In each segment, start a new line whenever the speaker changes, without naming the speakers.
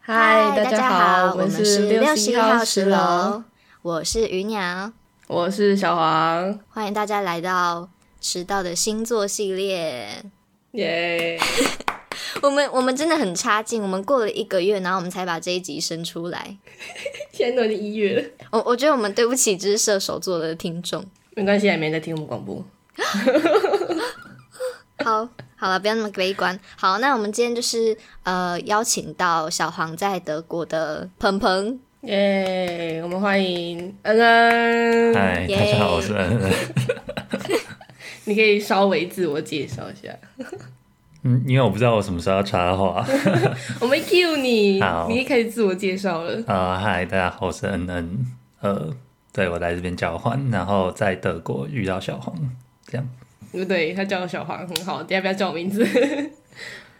嗨，
大
家
好，
我们
是
六
十
一
一号
十
楼，，我是鱼鸟，
我是小黄，
欢迎大家来到迟到的星座系列。
耶、
我们我们真的很差劲，我们过了一个月，然后我们才把这一集生出来。
现在都已经一月了，
我我觉得我们对不起只是射手座的听众。
没关系，还啊没在听我们广播。
好，好了，不要那么悲观。好，那我们今天就是呃邀请到小黄在德国的鹏鹏，
耶、我们欢迎恩恩，
嗨，
嗯耶
大家好，我是恩 恩。
你可以稍微自我介绍一下。
嗯，因为我不知道我什么时候要插话
我没 cue 你
好，
你一开始自我介绍了。
啊。嗨，大家好，我是恩恩。呃，对我来这边交换，然后在德国遇到小黄，这样。
对不对，他叫我小黄很好，等一下不要叫我名 字。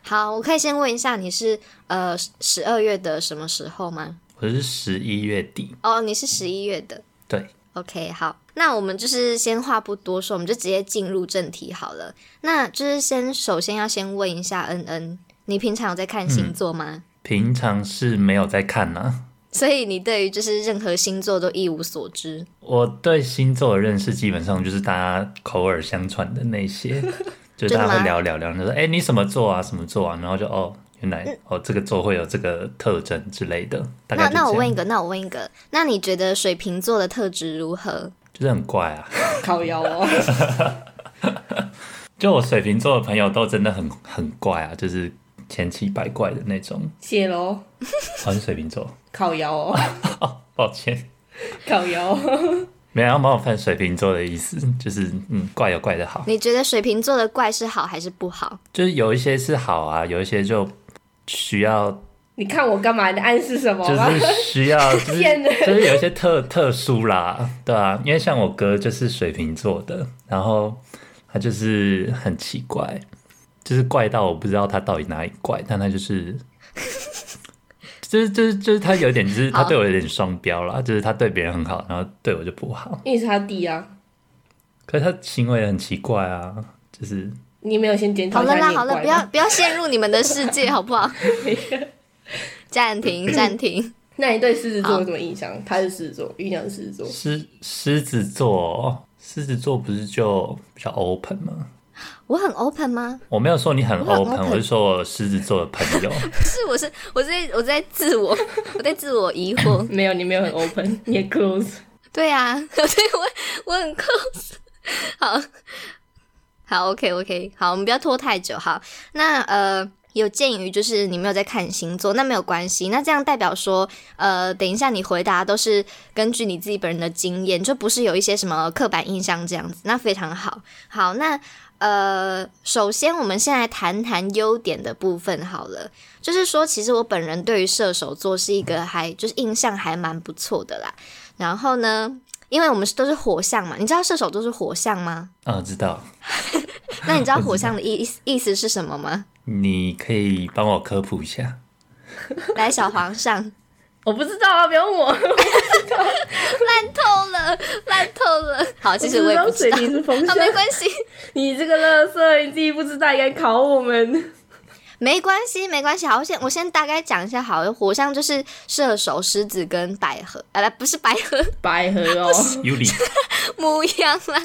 好，我可以先问一下你是呃十二月的什么时候吗？
我是十一月底，
哦，你是十一月的。
对，
OK，好，那我们就是先话不多说，我们就直接进入正题好了。那就是先首先要先问一下恩恩，你平常有在看
嗯
星座吗？
平常是没有在看啊呢、
所以你对于就是任何星座都一无所知。
我对星座的认识基本上就是大家口耳相传的 那些，就是
真
大
的
家
吗
会聊聊聊，就说哎、你什么座啊，什么座啊，然后就哦，原来哦这个座会有这个特征之类的。大
嗯
概
那
就
那
这
我
样
问一个，那我问一个，那你觉得水瓶座的特质如何？
就是很怪啊。
烤腰哦，
就我水瓶座的朋友都真的很很怪啊，就是千奇百怪的那种。
谢喽，
我是水瓶座，
烤腰 哦，
抱歉，
烤腰哦。
没有要冒犯水瓶座的意思， 就是嗯，怪有怪的好，
你觉得水瓶座的怪是好还是不好？
就是有一些是好啊，有一些就需要，
你看我干嘛？你暗示什么
就
吗？
是需要，就是
骗人
就是有一些特特殊啦，对啊，因为像我哥就是水瓶座的，然后他就是很奇怪，就是怪到我不知道他到底哪里怪，但他就是。 就是就是就是他有点，就是他
好
对我有点双标啦，就是他对别人很好，然后对我就不好。
因为你是他弟啊，
可是他行为很奇怪啊，就是
你没有先检讨
好
一下你
了啦，
也
好了，
怪
不
吗
要不要陷入你们的世界，好不好？暂停，暂停。
那你对狮子座有什么印象？他是狮子座，玉娘是狮子座，
狮狮子座，狮子座不是就比较 open 吗？
我很 open 吗？
我没有说你很
我很
open，
open
我是说我狮子座的朋友。
是，我是我是在我在自我，我在自我疑惑。
没有，你没有很 open，你也 close。
对啊， 对我我很 close。好，好，OK OK，好，我们不要拖太久。好，那呃，有鉴于就是你没有在看星座，那没有关系。那这样代表说，呃，等一下你回答都是根据你自己本人的经验，就不是有一些什么刻板印象这样子。那非常好。好，那呃，首先我们先来谈谈优点的部分好了。就是说，其实我本人对于射手座是一个还就是印象还蛮不错的啦。然后呢，因为我们都是火象嘛，你知道射手座是火象 吗？
啊，知道。
那你知道火象的意思意思是什么吗？
你可以帮我科普一下。
来，小皇上，
我不知道啊，不要问我。
烂透了， 烂透了。好，其实我也
道
不知
水
道，
瓶是风
啊，
象。
没关系，
你这个乐色，你自己不知道，你还考我们？
没关系，没关系。好，我先我先大概讲一下，好了，火象就是射手、狮子跟百合，啊，不是百合，
百合 哦，
Yuli，
母羊啦，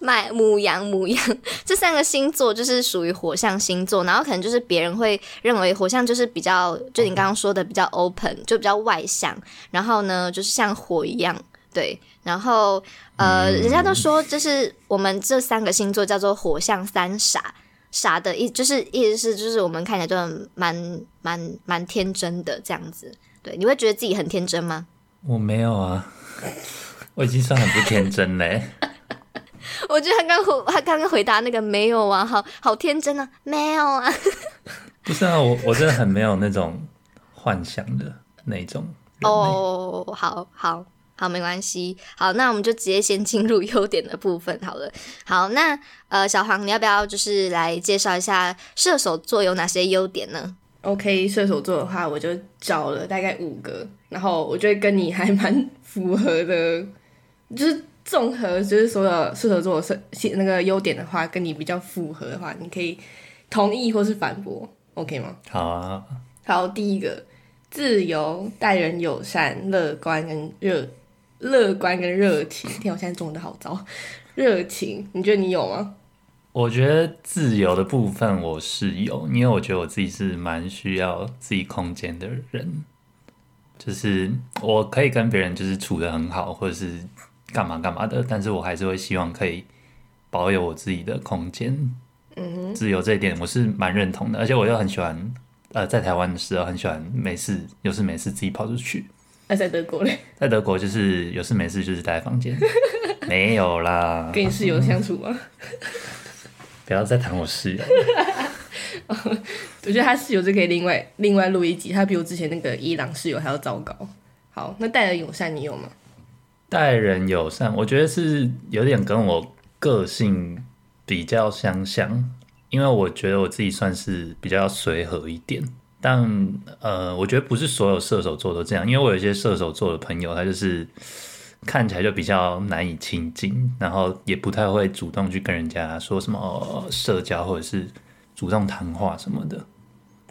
买母羊母羊 这三个星座就是属于火象星座，然后可能就是别人会认为火象就是比较，就你刚刚说的比较 open，就比较外向，然后呢就是像火一样，对，然后呃，人家都说就是我们这三个星座叫做火象三傻。傻的意就是意思是就是我们看起来就很蛮蛮蛮天真的这样子，对，你会觉得自己很天真吗？
我没有啊，我已经算很不天真嘞。
我觉得他刚回他刚刚回答那个没有啊，好好天真啊，没有啊。
不是啊，我我真的很没有那种幻想的那种人欸。
哦、好好好，没关系。好，那我们就直接先进入 优点的部分好了。好，那呃，小黄，你要不要就是来介绍一下射手座有哪些优点呢？
OK，射手座的话，我就找了大概五个，然后我觉得跟你还蛮符合的，就是综合就是所有射手座的射那个优点的话，跟你比较符合的话，你可以同意或是反驳，OK 吗？
好啊，
好，第一个自由、待人友善、乐观跟热乐观跟热情。天啊，我现在中文都好糟。热情，你觉得你有吗？
我觉得自由的部分我是有，因为我觉得我自己是蛮需要自己空间的人，就是我可以跟别人就是处的很好，或者是干嘛干嘛的，但是我还是会希望可以保有我自己的空间。
嗯哼，
自由这一点我是蛮认同的，而且我又很喜欢，呃，在台湾的时候很喜欢没事有事没事自己跑出去，
那在德国嘞，
在德国就是有事没事就是待在 房间，没有啦，
跟你室友相处吗？
不要再谈我室友。
我觉得他室友就可以另外另外录一集，他比我之前那个伊朗室友还要糟糕。好，那待人友善你有吗？
待人友善，我觉得是有点跟我个性比较相像，因为我觉得我自己算是比较随和一点。但呃，我觉得不是所有射手座都这样，因为我有一些射手座的朋友，他就是看起来就比较难以亲近，然后也不太会主动去跟人家说什么、呃社交或者是主动谈话什么的。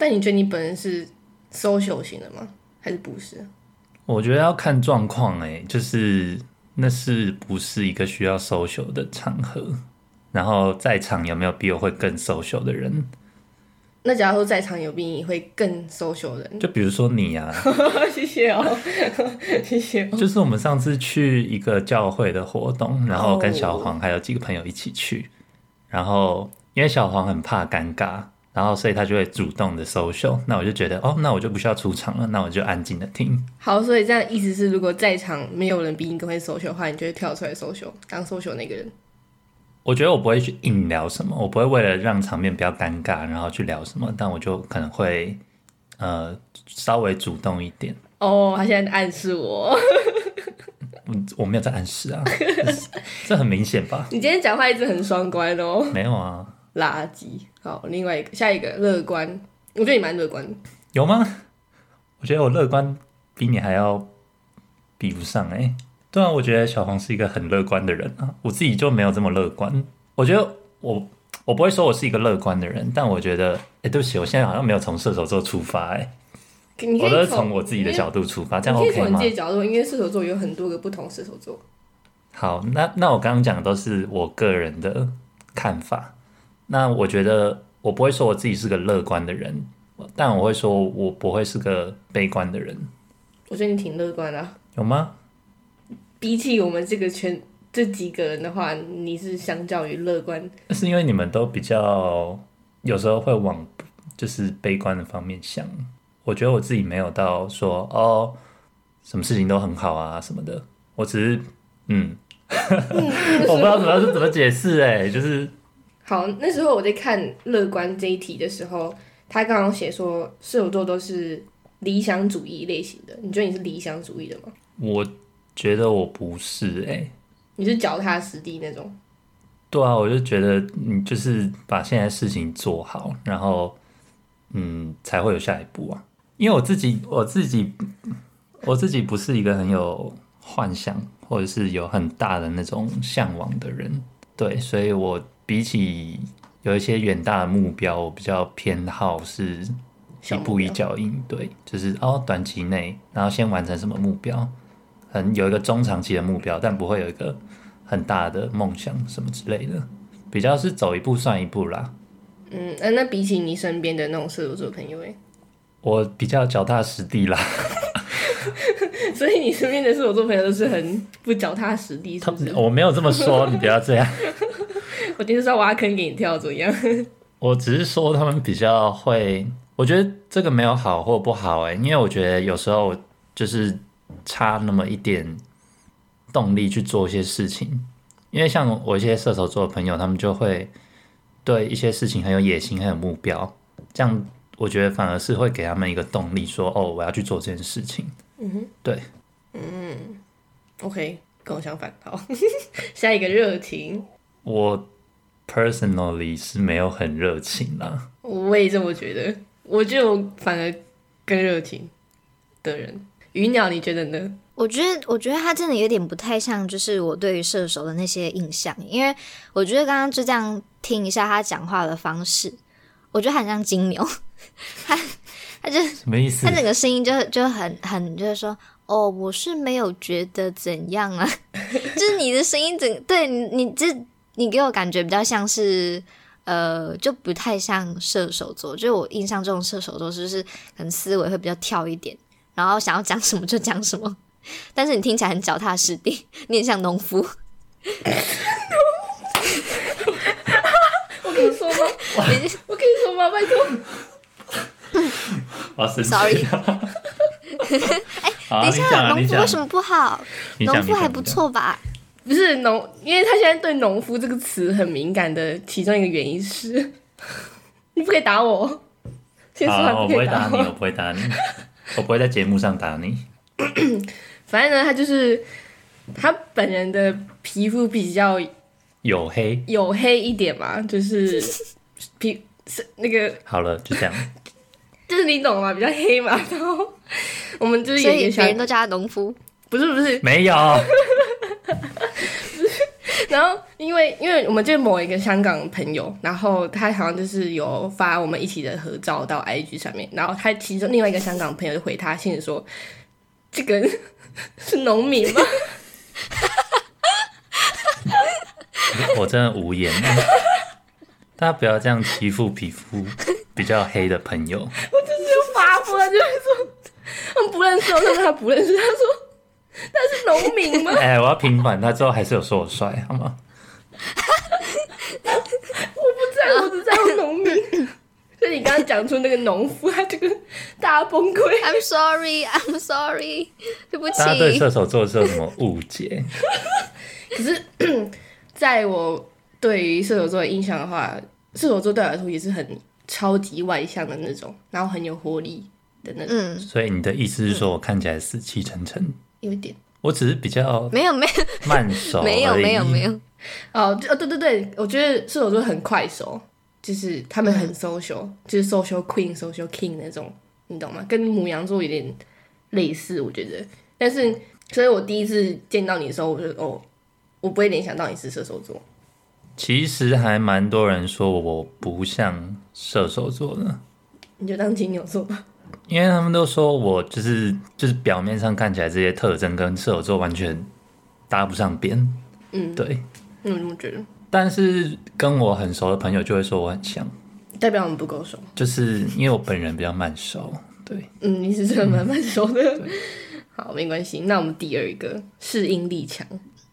但你觉得你本人是 social 型的吗？还是不是？
我觉得要看状况诶，就是那是不是一个需要 social 的场合，然后在场有没有比我会更 social 的人？
那假如说在场有比你会更 social 的 人，
就比如说你啊，
谢谢哦，谢谢哦。
就是我们上次去一个教会的活动，然后跟小黄还有几个朋友一起去，然后因为小黄很怕尴尬，然后所以他就会主动的 social，那我就觉得哦，那我就不需要出场了，那我就安静的听。
好，所以这样意思是，如果在场没有人比你更会 social 的话，你就会跳出来 social 当 social 那个人。
我觉得我不会去硬聊什么，我不会为了让场面比较尴尬，然后去聊什么，但我就可能会呃稍微主动一点。
哦，他现在暗示我，
嗯，我没有在暗示啊，这是这很明显吧？
你今天讲话一直很双关哦，
没有啊，
垃圾。好，另外一个，下一个乐观，我觉得你蛮乐观的。
有吗？我觉得我乐观比你还要比不上哎、对啊，我觉得小黄是一个很乐观的人啊，我自己就没有这么乐观。我觉得我我不会说我是一个乐观的人，但我觉得哎、对不起，我现在好像没有从射手座出发哎、
你可
我
以
都是从我自己的角度出发，这样
你可以
OK
从你
吗
自？己的角度，因为射手座有很多个不同射手座。
好，那那我刚刚讲的都是我个人的看法。那我觉得我不会说我自己是个乐观的人，但我会说我不会是个悲观的人，
我觉得你挺乐观的啊、
有吗？
比起我们这个圈这几个人的话，你是相较于乐观。
那是因为你们都比较有时候会往就是悲观的方面想。我觉得我自己没有到说哦，什么事情都很好啊什么的，我只是嗯， 我不知道怎么怎么解释哎、就是
好，那时候我在看乐观这一题的时候，他刚好写说射手座都是理想主义类型的，你觉得你是理想主义的吗？
我觉得我不是哎、
你是脚踏实地那种？
对啊，我就觉得你就是把现在事情做好，然后嗯，才会有下一步啊。因为我自己，我自己，我自己不是一个很有幻想或者是有很大的那种向往的人，对，所以我比起有一些远大的目标，我比较偏好是一
小目标
步一脚印，对，就是哦，短期内，然后先完成什么目标，很有一个中长期的目标，但不会有一个很大的梦想什么之类的，比较是走一步算一步啦。
嗯，那、那比起你身边的那种射手座朋友，欸诶，
我比较脚踏实地啦，
所以你身边的射手座朋友都是很不脚踏实地，是
他哦
不是？
我没有这么说，你不要这样。
我今天是要挖坑给你跳，怎么样？
我只是说他们比较会，我觉得这个没有好或不好哎、因为我觉得有时候就是差那么一点动力去做一些事情，因为像我一些射手座的朋友，他们就会对一些事情很有野心，很有目标，这样我觉得反而是会给他们一个动力说哦，我要去做这件事情。嗯哼，对，
OK，跟我相反。好， 下一个热情，
我 personally 是没有很热情啦，
我也这么觉得。我觉得我反而更热情的人。鱼鸟，你觉得呢？
我觉得，我觉得他真的有点不太像，就是我对于射手的那些印象，因为我觉得刚刚就这 样听一下他讲话的方式，我觉得他很像金牛，他他他就
什么意思
他？整个声音就就很很就是说，哦，我是没有觉得怎样啊， 就是你的声音整对你你这你给我感觉比较像是。呃，就不太像射手座，就是我印象中射手座就是可能思维会比较跳一点，然后想要讲什么就讲什么， 但是你听起来很脚踏实地，你很像农夫。
我可以说吗？ 我可以说吗？拜托，
我要生气
Sorry
了。好
等一
你讲
下，
啊，
农
你
夫
讲啊，
为什么不好？
你讲
农夫
你讲
还不错吧？
不是农，因为他现在对“农夫”这个词很敏感的其中一个原因是， 你不可以打我，先说他
好，我
不
不
可以
会打
打
你，哦我不 会打你，我不会在节目上打你。
反正呢，他就是他本人的皮肤比较
黝黑，
黝黑一点嘛， 就是皮是那个
好了，就这 样。
就是你懂吗？比较黑嘛，然后我们就是
所
有一个
以
小
别人都叫他农夫。
不是不是，
没有，
然后因为因为我们就某一个香港朋友，然后他好像就是有发我们一起的合照到 IG 上面，然后他其中另外一个香港朋友就回他信说：“这个 是农民吗
我真的无言。大家不要这样欺负皮肤比较黑的朋友。？”
我就是又发疯了，就是说他们不认识我，但是他不认识，他说他是农民 吗？
哎、我要平反，他之后还是有说我帅，好吗？
不在乎，我只在乎农民。所以你刚刚讲出那个农夫，他这个大崩溃。
I'm sorry, I'm sorry，对不
大家对
起。
射手座是有什么误解？
可是，在我对于射手座的印象的话，射手座对我来说也是很超级外向的那种，然后很有活力的那种，
嗯，
所以你的意思是说我看起来死气沉沉？
有一点。
我只是比较
没有没
慢熟
有
而已。
没有没有没有，
哦，就哦，对对对，我觉得射手座很快熟，就是他们很 social，、就是 social queen、social king 那种，你懂吗？跟母羊座有点类似，我觉得。但是，所以我第一次见到你的时候，我就哦，我不会联想到你是射手座。
其实还蛮多人说我不像射手座的，
你就当金牛座吧，
因为他们都说我就是就是表面上看起来这些特征跟射手座完全搭不上边。
嗯
对。
嗯，我觉得
但是跟我很熟的朋友就会说我很像，
代表我们不够熟。
就是因为我本人比较慢熟。对，
嗯，你是真的蛮慢熟的。好，没关系。那我们第二个适应力强，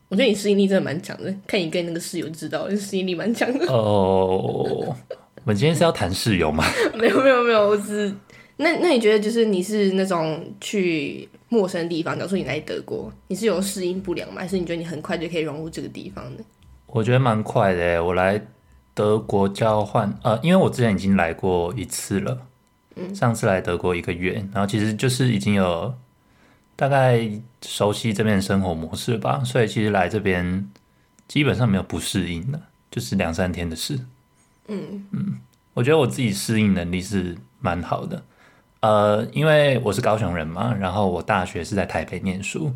我觉得你适应力真的蛮强的，看你跟那个室友知道， 适应力蛮强的。
哦，我们今天是要谈室友吗？
没有没有没有，我只那 那你觉得就是你是那种去陌生地方，假如说你来德国，你是有适应不良吗？还是你觉得你很快就可以融入这个地方的？
我觉得蛮快的欸耶，我来德国交换，呃，因为我之前已经来过一次了，上次来德国一个月，然后其实就是已经有大概熟悉这边的生活模式吧，所以其实来这边基本上没有不适应的，就是两三天的事。嗯我觉得我自己适应能力是蛮好的，呃，因为我是高雄人嘛，然后我大学是在台北念书，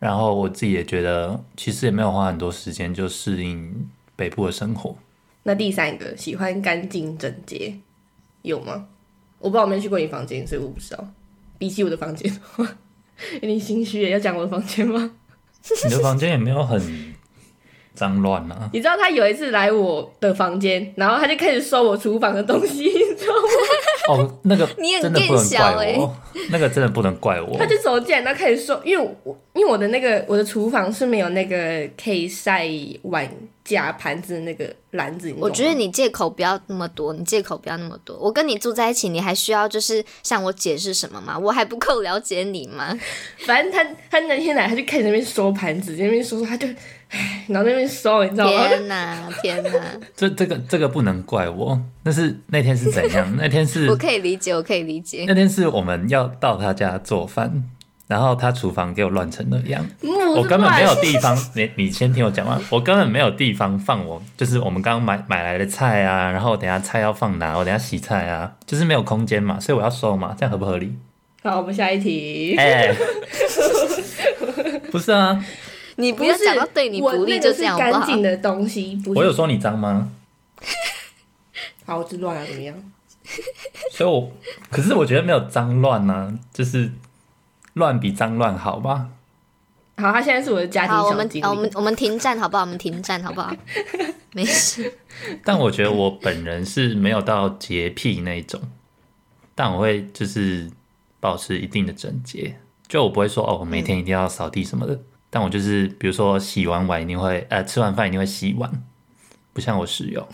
然后我自己也觉得，其实也没有花很多时间就适应北部的 生活。
那第三个喜欢干净整洁，有吗？我不知道，我没去过你房间，所以我不知道。比起我的房间的话， 有点心虚耶。要讲我的房间吗？
你的房间也没有很脏乱啊，
你知道他有一次来我的房间，然后他就开始收我厨房的东西， 你知道吗？
哦，那个
你很
真的不能怪
更小欸
我，那个真的不能怪我
他。就走进来，然后开始收，因为我因为我的那个我的厨房是没有那个可以晒碗架盘子的那个篮子，你懂吗
我觉得你借口不要那么多，你借口不要那么多。我跟你住在一起，你还需要就是向我解释什么吗？我还不够了解你吗？
反正他他那天来，他就开始那边收盘子，在那边收收，他就唉，然后在那边收，你知道 吗？
天哪，天哪！
这这个这个不能怪我，那是那天是怎 样？那天是
我可以理解，我可以理解。
那天是我们要到他家做饭，然后他厨房给我乱成那样。
木
我根本没有地方， 你你先听我讲完。我根本没有地方放我，就是我们刚刚买买来的菜啊，然后我等一下菜要放哪，我等一下洗菜啊，就是没有空间嘛，所以我要收嘛，这样合不合理？
好，我们下一题。
哎、不是啊，
你不要
是
讲到对你
我
不利
那个
就是这样好不
干
好
净？的东西，不
我
是
有说你脏吗？
好，我知乱啊，怎么样？
所以我可是我觉得没有脏乱呢，就是乱比脏乱好吧？
好，他现在是我的家庭
好，我
小
们
精
呃我
灵
们。我们停战好不好？我们停战好不好？没事，
但我觉得我本人是没有到洁癖那一种，但我会就是保持一定的整洁，就我不会说哦，我每天一定要扫地什么的。但我就是比如说洗完碗一定会，呃，吃完饭一定会洗碗，不像我室友。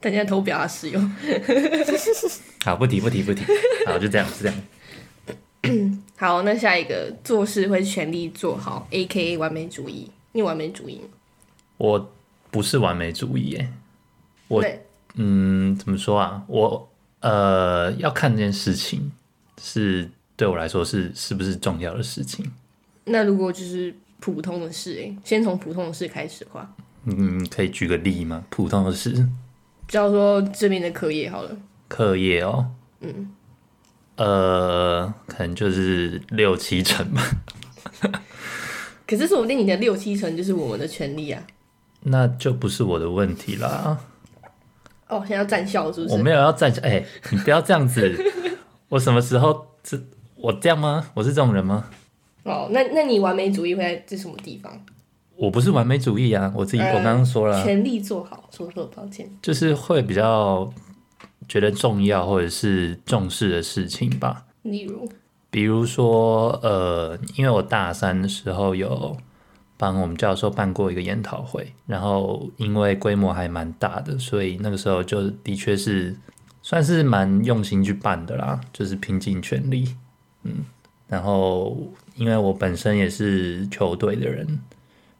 大家投票啊，室友。
好，不提不提不提， 好就这样就这样。
好，那下一个做事会全力做好，A K A 完美主义。你有完美主义吗？
我不是完美主义耶，我
对
嗯，怎么说啊？我呃，要看这件事情是对我来说是是不是重要的事情。
那如果就是普通的事、欸，先从普通的事开始的话，
嗯，可以举个例吗？普通的事，
就要说这边的课业好了。
课业哦，嗯，呃，可能就是六七成吧。
可是说不定你的六七成就是我们的权利啊。
那就不是我的问题啦，
哦，现在要站校是不
我
是？
没有要站起，哎、你不要这样子， 我什么时候这我这样吗？我是这种人吗？
哦，那那你完美主义会在这什么地方？
我不是完美主义啊，我
嗯
自己、我刚刚说了啊，
全力做好，说错了，抱歉。
就是会比较觉得重要或者是重视的事情吧。
例如，
比如说，呃，因为我大三的时候有帮我们教授办过一个研讨会，然后因为规模还蛮大的，所以那个时候就的确是算是蛮用心去办的啦，就是拼尽全力，嗯。然后因为我本身也是球队的人，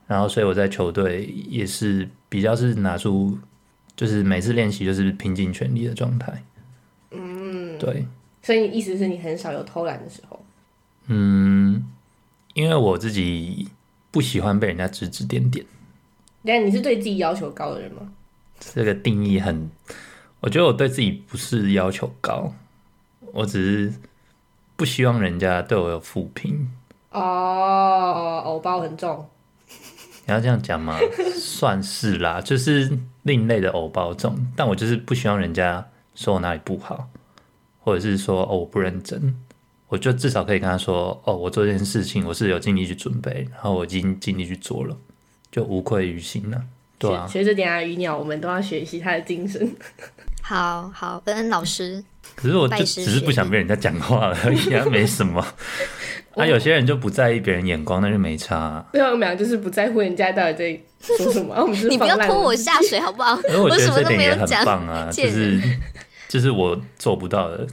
然后所以我在球队也是比较是拿出，就是每次练习就是拼尽全力的状态，嗯，对。
所以你意思是你很少有偷懒的时候？
因为我自己不喜欢被人家指指点点，
但你是对自己要求高的人吗？
这个定义很，我觉得我对自己不是要求高，我只是不希望人家对我有负评。
哦哦，偶包很重。
你要这样讲吗？算是啦，就是另类的偶包种，但我就是不希望人家说我哪里不好，或者是说哦我不认真，我就至少可以跟他说哦我做这件事情我是有尽力去准备，然后我已经尽力去做了，就无愧于心了。对啊，
学学着点啊，鱼鸟，我们都要学习他的精神。
好好，恩恩老师，
可是我
拜
就
师
只是
学
不想
艺
被人家讲话 而已啊，没什么。啊，有些人就不在意别人眼光，那就没差、啊。
对啊，我们俩就是不在乎人家到底在说什 么，啊我们就是
你不要
放烂
拖我
了
下水好不好？
因为我觉
什
得
么
这
都
点
没
也
有
很
讲，
棒啊，就
贱
是就是我做不到的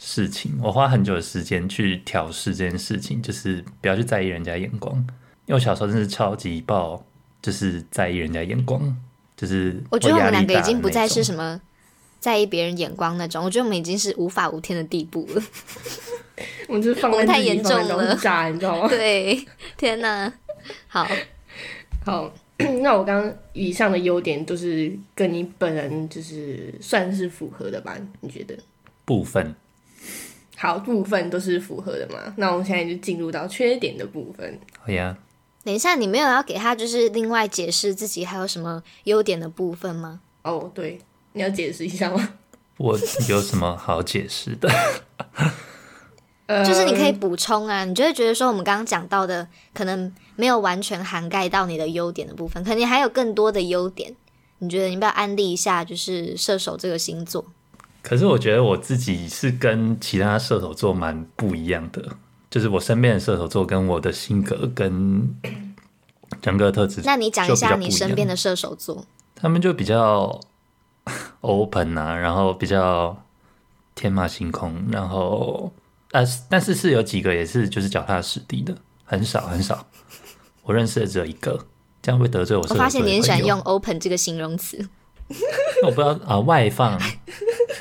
事情，我花很久的时间去调试这件事情，就是不要去在意人家眼光。因为我小时候真是超级爆，就是在意人家眼光，就是
我觉得我
哦压
们两
力
个
大
已经
的
不
那
再
种
是什么在意别人眼光那种，我觉得我们已经是无法无天的地步了。
我们就是放烂
我们太
自己
严
放烂
重
到
了
炸，你知道吗？
对，天哪，好，
好， 那我刚刚以上的优点都是跟你本人就是算是符合的吧？你觉得？
部分。
好，部分都是符合的嘛？那我们现在就进入到缺点的部分。
哎呀，
等一下，你没有要给他就是另外解释自己还有什么优点的部分吗？
哦，对，你要解释一下吗？
我有什么好解释的？
呃，
就是你可以补充啊，你就会觉得说我们刚刚讲到的可能没有完全涵盖到你的优点的部分，可能你还有更多的优点。你觉得你要不要安利一下，就是射手这个星座？
可是我觉得我自己是跟其他射手座蛮不一样的，就是我身边的射手座跟我的性格跟 整个特质，
那你讲一
就比较
下
不一
你
样
身边的射手座。
他们就比较 open 啊，然后比较天马行空，然后呃，但是是有几个也是就是脚踏实地的，很少很少，我认识的只有一个，这样会得罪我射
我
手哎
发
座的朋
现
友。
你很喜欢用 “open” 这个形容词，
因为我不知道啊、外放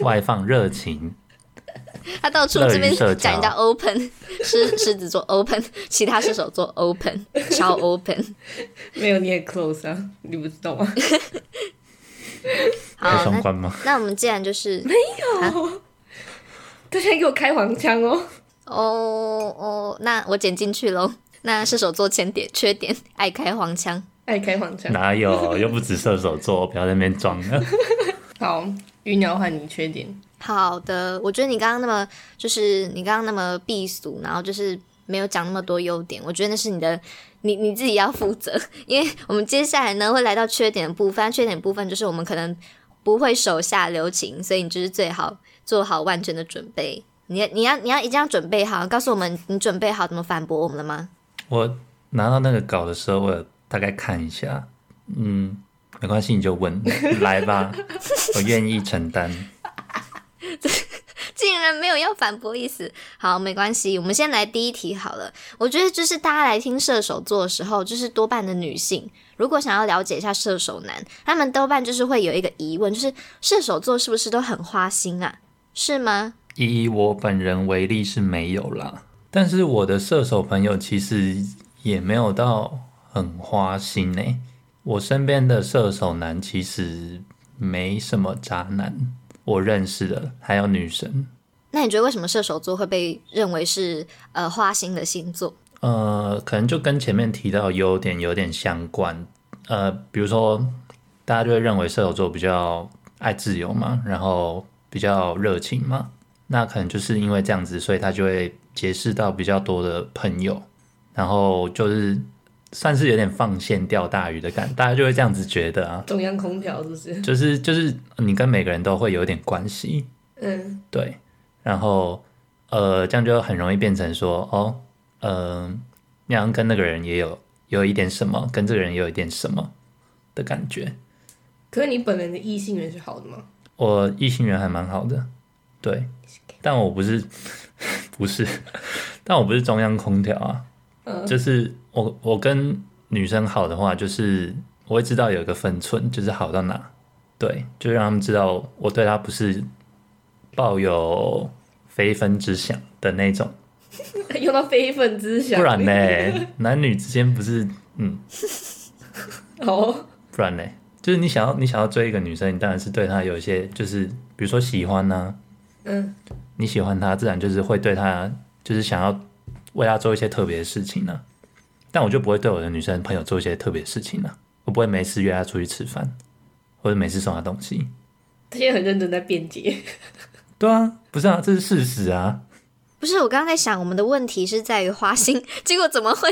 外放 热
哦
情，
他到处
乐于
这边
社交
讲人家 “open”，狮 狮子座 “open”，其他射手座 “open”，超 “open”。
没有你也 close 啊，你不知道 吗？
好
可以，双
那
关吗？
那我们既然就是啊
大家给我开黄腔哦！
哦哦，那我剪进去喽。那射手座前点缺点，爱开黄腔。
爱开黄腔。
哪有？又不止射手座，不要在那边装了。
好，鱼鸟换你缺点，
好的，我觉得你刚刚那么就是你刚刚那么避俗，然后就是没有讲那么多优点，我觉得那是你的你你自己要负责， 因为我们接下来呢会来到缺点的部分，缺点部分就是我们可能不会手下留情，所以你就是最好做好万全的准备。你你要你要一定要准备好，告诉我们你准备好怎么反驳我们了吗？
我拿到那个稿的时候，我有大概看一下，嗯，没关系，你就问 来吧，我愿意承担。
竟然没有要反驳意思。好，没关系，我们先来第一题好了。我觉得就是大家来听射手座的时候，就是多半的女性，如果想要了解一下射手男，他们多半就是会有一个疑问，就是射手座是不是都很花心啊？是吗？
以我本人为例是没有啦，但是我的射手朋友其实也没有到很花心呢、我身边的射手男其实没什么渣男，我认识的还有女生，
那你觉得为什么射手座会被认为是呃花心的星座？
呃，可能就跟前面提到的优点有点相关。呃，比如说，大家就会认为射手座比较爱自由嘛，然后比较热情嘛。那可能就是因为这样子，所以他就会结识到比较多的朋友，然后就是算是有点放线钓大鱼的感，大家就会这样子觉得啊，
中央空调是不是？
就是就是你跟每个人都会有点关系，
嗯，
对，然后呃，这样就很容易变成说，哦，呃，那样跟那个人也有有一点什么，跟这个人也有一点什么的感觉。
可是你本人的异性缘是好的吗？
我异性缘还蛮好的，对，但我不是 不是，但我不是中央空调啊，就是我我跟女生好的话，就是我会知道有一个分寸，就是好到哪，对，就让他们知道我对她不是抱有非分之想的那种。
用到非分之想，
不然呢？男女之间不是嗯，
哦，
不然呢？就是你想要你想要追一个女生，你当然是对她有一些，就是比如说喜欢呐、
嗯，
你喜欢她，自然就是会对她，就是想要为她做一些特别的事情呢、但我就不会对我的女生朋友做一些特别的事情呢、我不会没事约她出去吃饭，或者没事送她东西。
他现在很认真在辩解，
对啊，不是啊，这是事实啊。
不是，我刚刚在想，我们的问题是在于花心，结果怎么会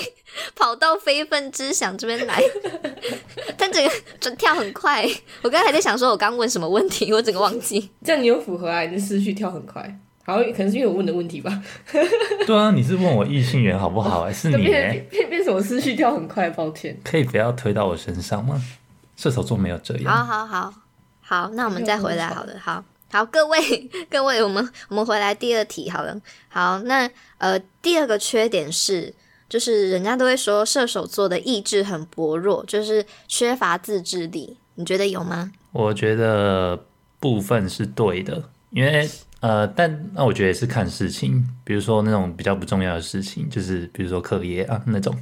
跑到非分之想这边来？ 但整个转跳很快，我刚才还在想说，我刚问什么问题，我整个忘记。
这样你有符合啊？你的思绪跳很快，好，可能是因为我问的问题吧，
对啊，你是问我异性缘好不好、欸？是
怎么
你、
变
欸，
成变变什么思绪跳很快？抱歉，
可以不要推到我身上吗？射手座没有这样。
好好好好，那我们再回来好了。好好，各位 各位，我们我们回来第二题好了。好，那呃，第二个缺点是，就是人家都会说射手座的意志很薄弱，就是缺乏自制力。你觉得有吗？
我觉得部分是对的，因为呃，但那我觉得也是看事情，比如说那种比较不重要的事情，就是比如说课业啊那种，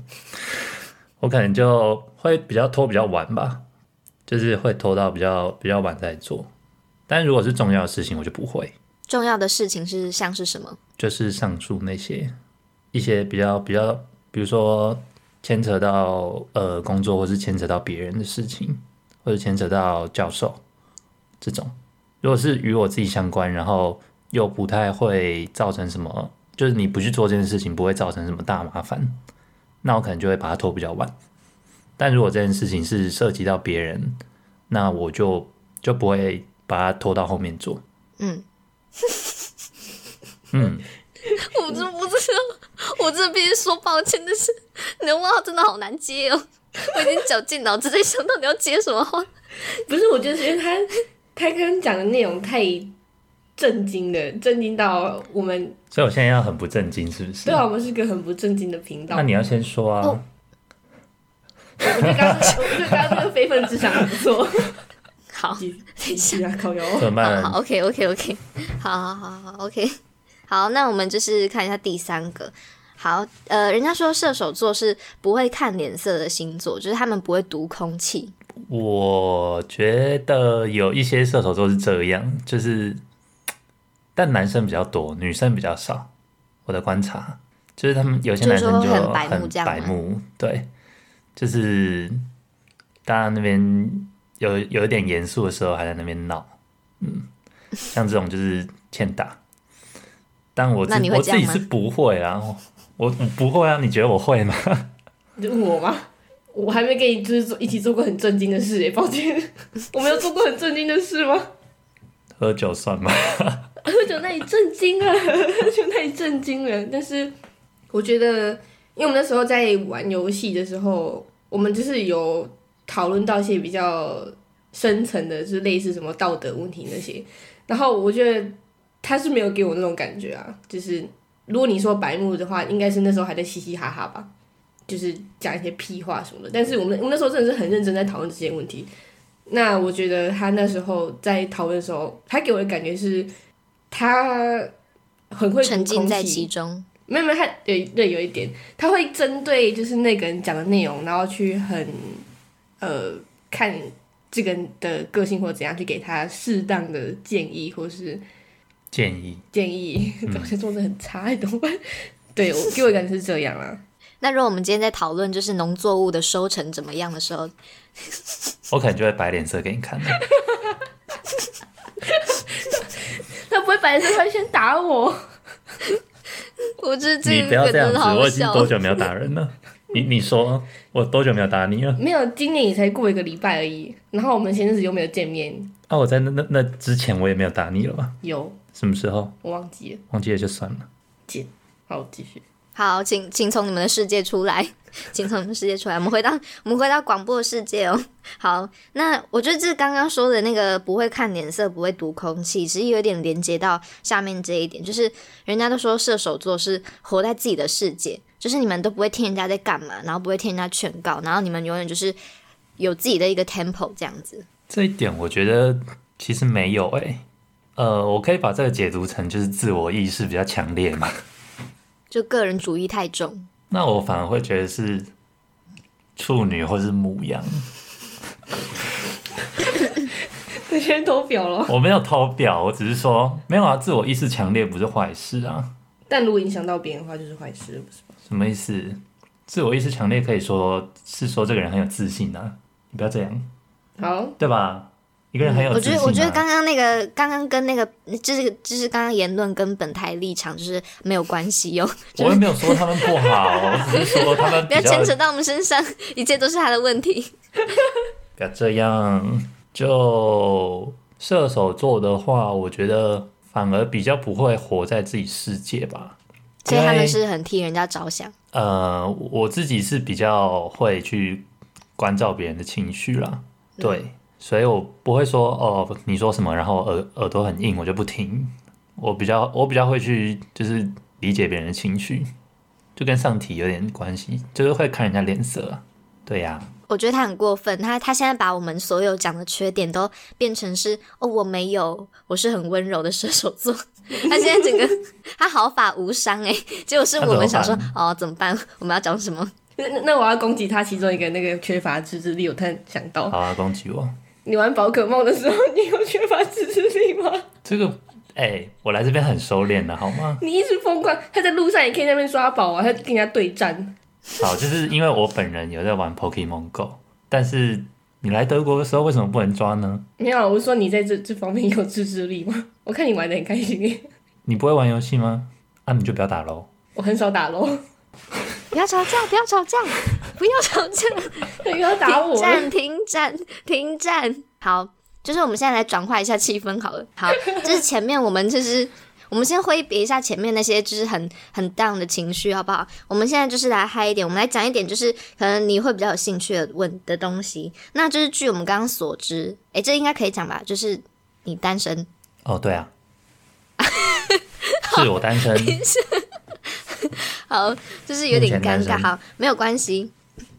我可能就会比较拖比较晚吧，就是会拖到比较比较晚再做。但如果是重要的事情，我就不会，
重要的事情是像是什么？
就是上述那些一些比较比较，比如说牵扯到呃工作，或是牵扯到别人的事情，或者牵扯到教授这种。如果是与我自己相关，然后又不太会造成什么，就是你不去做这件事情，不会造成什么大麻烦，那我可能就会把它拖比较晚。但如果这件事情是涉及到别人，那我就就不会把它拖到后面做。
嗯，
嗯，
我真不知道，我这必须说抱歉，但是你的问号真的好难接哦。我已经绞尽脑汁在想到底要接什么话。
不是，我就是因为他他刚刚讲的内容太震惊了，震惊到我们，
所以我现在要很不正经，是不是？
对啊，我们是个很不正经的频道
那，你要先说啊，
哦
我就刚， 我就刚刚这个非分之想很不 错，
好，
继续啊，靠腰。
怎么办？
好好，OK OK OK，好好好好 OK，好，那我们就是看一下第三个。好，呃，人家说射手座是不会看脸色的星座，就是他们不会读空气。
我觉得有一些射手座是这样，就是，但男生比较多，女生比较少。我的观察就是，他们有些男生
就是
就
说很
很
白目这样吗
白目对，就是大家那边有有一点严肃的时候还在那边闹，嗯，像这种就是欠打。但我自
那你会
我
这
自
样
己
吗
是不会啊，我我不会啊，你觉得我会吗？
你就问我吗？我还没跟你就是做一起做过很震惊的事哎、抱歉，我没有做过很震惊的事吗？
喝酒算吗？
喝酒那里震惊了，喝酒那里震惊了。但是我觉得，因为我们那时候在玩游戏的时候，我们就是有讨论到一些比较深层的，就是类似什么道德问题那些。然后我觉得他是没有给我那种感觉啊，就是如果你说白目的话，应该是那时候还在嘻嘻哈哈吧，就是讲一些屁话什么的。但是我们我们那时候真的是很认真在讨论这些问题。那我觉得他那时候在讨论的时候，他给我的感觉是，他很会
沉浸在
空气
其中。
没有没有，他对对有一点，他会针对就是那个人讲的内容，然后去很呃看这个人的个性或怎样，去给他适当的建议或是
建议
建议。表现做的很差，你懂 吗？对我给我感觉是这样啊，
那如果我们今天在讨论就是农作物的收成怎么样的时候，
我可能就会摆脸色给你看的。
他不会摆着他先打我，
我就是 这
你
个
不要这样
真
子，
的好
我已经
笑。
多久没有打 人了？你你说我多久没有打你了？
没有，今年也才过一个礼拜而已，然后我们前阵子又没有见面，
啊，我在那那那之前我也没有打你了吧？
有
什么时候？
我忘记了，
忘记了就算了。
见，好继续，
好，请请从你们的世界出来， 请从你们世界出来。我们回到 我们回到广播的世界哦。 好，那我觉得这刚刚说的那个不会看脸色，不会读空气，其实有点连接到下面这一点，就是人家都说射手座是活在自己的世界，就是你们都不会听人家在干嘛，然后不会听人家劝告，然后你们永远就是有自己的一个 tempo 这样子。
这一点我觉得其实没有诶、呃，我可以把这个解读成就是自我意识比较强烈嘛。
就个人主义太重。
那我反而会觉得是处女或是母羊。
那先投表了，
我没有偷表，我只是说没有啊，自我意识强烈不是坏事啊。
但如果影响到别人的话，就是坏事，不是吗？
什么意思？自我意识强烈可以说是说这个人很有自信啊，你不要这样，
好，
对吧？一个人很有
嗯我
自
觉
信、啊
得，我觉得刚刚那个，刚刚跟那个，就是就是刚刚言论跟本台立场就是没有关系 哟、
我也没有说他们不好，我只是说他们
不
比
要
较
牵扯到我们身上，一切都是他的问题。
不要这样。就射手座的话，我觉得反而比较不会活在自己世界吧。
所以他
因为
们是很替人家着想，
呃，我自己是比较会去关照别人的情绪啦，对，所以我不会说哦，你说什么，然后耳耳朵很硬，我就不听。我比较我比较会去就是理解别人的情绪，就跟上体有点关系，就是会看人家脸色啊。对呀、
我觉得他很过分。他他现在把我们所有讲的缺点都变成是哦，我没有，我是很温柔的射手 座。他现在整个他毫发无伤哎、结果是我们想说
他
哦怎么办？我们要讲什么？
那那那我要攻击他其中一个那个缺乏自制力，我突然想到，
好啊，攻击我
你玩宝可梦的时候，你有缺乏自制力吗？
这个，哎、我来这边很收敛的好吗？
你一直疯狂，他在路上也可以在那边刷宝啊，他跟人家对战，
好，就是因为我本人有在玩 Pokemon Go，但是你来德国的时候为什么不能抓呢？
没有，啊我说你在这这方面有自制力吗？我看你玩的很开心耶，
你不会玩游戏吗？啊，你就不要打喽。
我很少打咯，
不要吵架，不要吵架， 不要吵架。
他又要打我
停
了，
战，停战，停战。好，就是我们现在来转化一下气氛好了。好，就是前面我们就是。我们先挥别一下前面那些就是很很 down 的情绪，好不好？我们现在就是来嗨一点，我们来讲一点就是可能你会比较有兴趣的问的东西。那就是据我们刚刚所知，诶，这应该可以讲吧？就是你单身，
哦，对啊，是我单身，
好，就是有点
目前单
尴
身
尬，好，没有关系。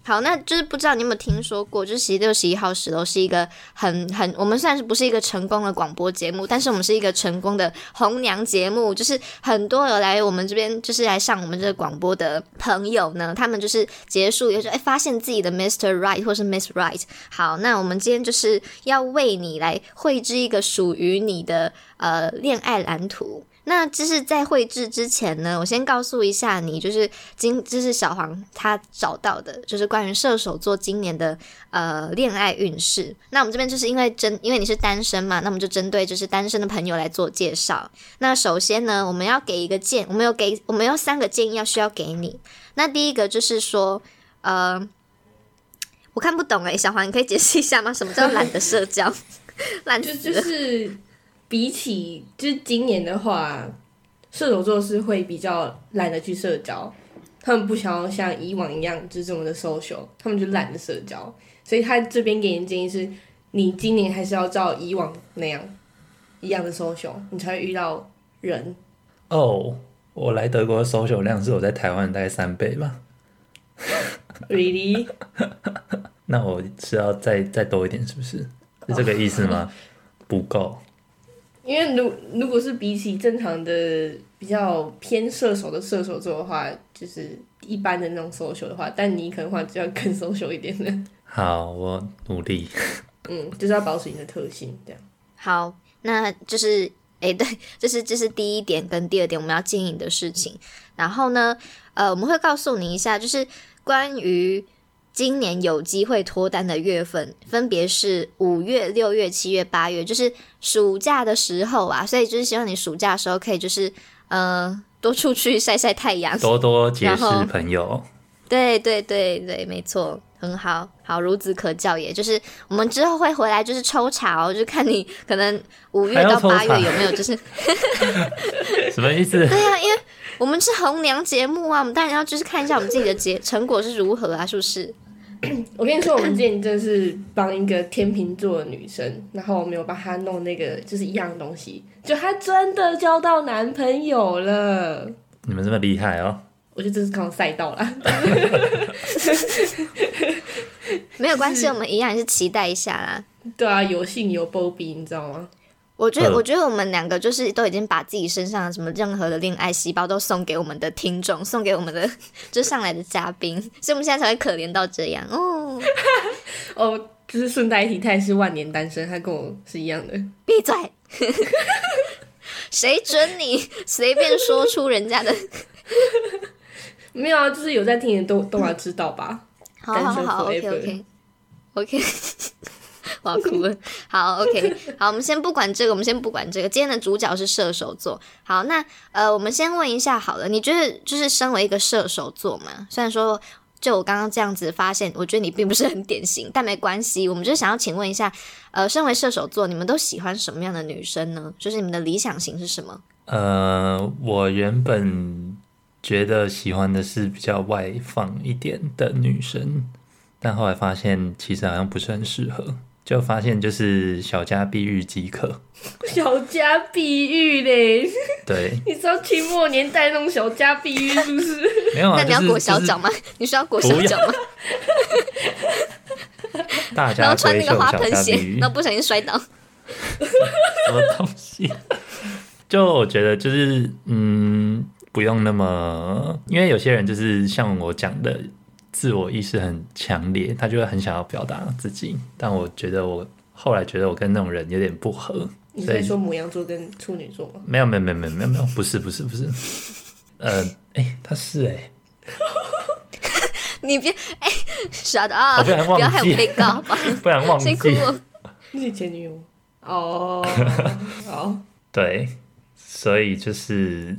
好，那就是不知道你有没有听说过，就是其实六十一号石头是一个很很，我们虽然是不是一个成功的广播节目，但是我们是一个成功的红娘节目，就是很多有来我们这边，就是来上我们这个广播的朋友呢，他们就是结束也就哎发现自己的 Mr. Right 或是 Miss Right。好，那我们今天就是要为你来绘制一个属于你的呃恋爱蓝图。那就是在绘制之前呢，我先告诉一下你，就是今这是小黄他找到的，就是关于射手座今年的呃恋爱运势。那我们这边就是因为针，因为你是单身嘛，那我们就针对就是单身的朋友来做介绍。那首先呢，我们要给一个建，我们有给我们有三个建议要需要给你。那第一个就是说，呃，我看不懂哎、小黄，你可以解释一下吗？什么叫懒得社交？ 懒
就
得
就是比起就是今年的话，射手座是会比较懒得去社交，他们不想要像以往一样就是这么的 social，他们就懒得社交，所以他这边给你的建议是，你今年还是要照以往那样一样的 social，你才会遇到人。
哦，我来德国的 social 量是我在台湾大概三倍吧。
Really？
那我是要再再多一点，是不是？是这个意思
哦
吗？不够。
因为如如果是比起正常的比较偏射手的射手座的话，就是一般的那种 social 的话，但你可能话就要更 social 一点的。
好，我努力。
嗯，就是要保持你的特性，这样。
好，那就是 诶，对，这是这是第一点跟第二点我们要经营的事情。然后呢，呃，我们会告诉你一下，就是关于今年有机会脱单的月份，分别是五月、六月、七月、八月，就是暑假的时候啊。所以就是希望你暑假的时候可以就是呃多出去晒晒太阳，
多多结
然
识
后
朋友。
对对对对，没错，很好，好孺子可教也。就是我们之后会回来，就是抽查哦，就是看你可能五月
还要
到八
抽查
月有没有，就是
什么 意思？
对啊，因为我们是红娘节目啊，我们当然要就是看一下我们自己的结成果是如何啊，是不是？
我跟你说，我们之前真的是帮一个天秤座的女生，然后我们有帮她弄那个就是一样的东西，就她真的交到男朋友了。
你们这么厉害哦！
我觉得这是刚好赛道啦，
没有关系，我们一样也是期待一下啦。
对啊，有幸有波比，你知道吗？
我觉得，
嗯
我觉得我们两个就是都已经把自己身上的什么任何的恋爱细胞都送给我们的听众，送给我们的 就上来的嘉宾，所以我们现在才会可怜到这样哦。
哦，就是顺带一提，她也是万年单身，她跟我是一样的。
闭嘴！谁准你随便说出人家的？
没有啊，就是有在听的都都还知道吧。
好好好
单
，OK
身
OK OK，我要哭了。 好，OK，好，我们 先不管这个，我们先不管这个。今天的主角是射手座。好，那呃，我们先问一下好了，你觉得就是身为一个射手座嘛，虽然说。就我刚刚这样子发现，我觉得你并不是很典型，但没关系，我们就想要请问一下，呃，身为射手座，你们都喜欢什么样的女生呢？就是你们的理想型是什么？
呃，我原本觉得喜欢的是比较外放一点的女生，但后来发现其实好像不是很适合，就发现就是小家碧玉即可。
小家碧玉嘞，
对，
你知道清末年代那种小家碧玉是不是？
没有 啊，
那你要
就是
裹小
就是
脚吗？你需要裹小
不要
脚 吗？
大
然
家
后穿
闺
那个
秀
花
小
盆
家碧
鞋，
玉，
然后不小心摔倒。
什么东西？ 就我觉得就是嗯，不用那么，因为有些人就是像我讲的，自我意识很强烈，他就会很想要表达自己。但我觉得我后来觉得我跟那种人有点不合，
你
所
在
以
说母羊座跟处女座吗？
没有没有没有没有没有没有，不是不是不是，呃，哎、他是哎、
你别哎，傻的啊！
我哦不然忘
不
记
要害我被 告吧，
不然忘记
辛苦我。
你是前女友吗？哦，好，
对，所以就是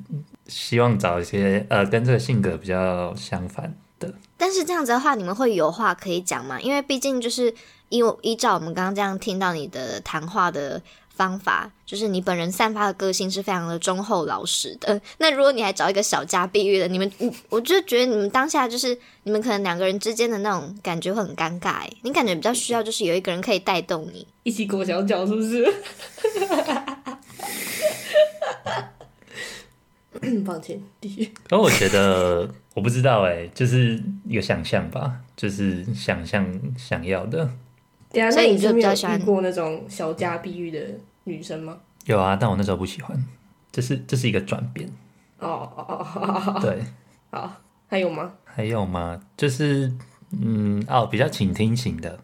希望找一些呃跟这个性格比较相反的。
但是这样子的话，你们会有话可以讲吗？因为毕竟就是依我依照我们刚刚这样听到你的谈话的方法，就是你本人散发的个性是非常的忠厚老实的。 那如果你还找一个小家碧玉的，你们，嗯我就觉得你们当下就是你们可能两个人之间的那种感觉会很尴尬、欸。你感觉比较需要就是有一个人可以带动你。
一起裹小脚是不是？抱歉，继续。
可我觉得 我不知道哎、就是一个想象吧，就是想象想要的
等一下，
所
那
以
你
你就是
没
比较
有
喜欢
遇过那种小家碧玉的女生吗？
有啊，但我那时候不喜欢，这是这是一个转变。
哦哦哦哦，
对，
哦好，还有吗？
还有吗？就是嗯哦，比较倾听型的，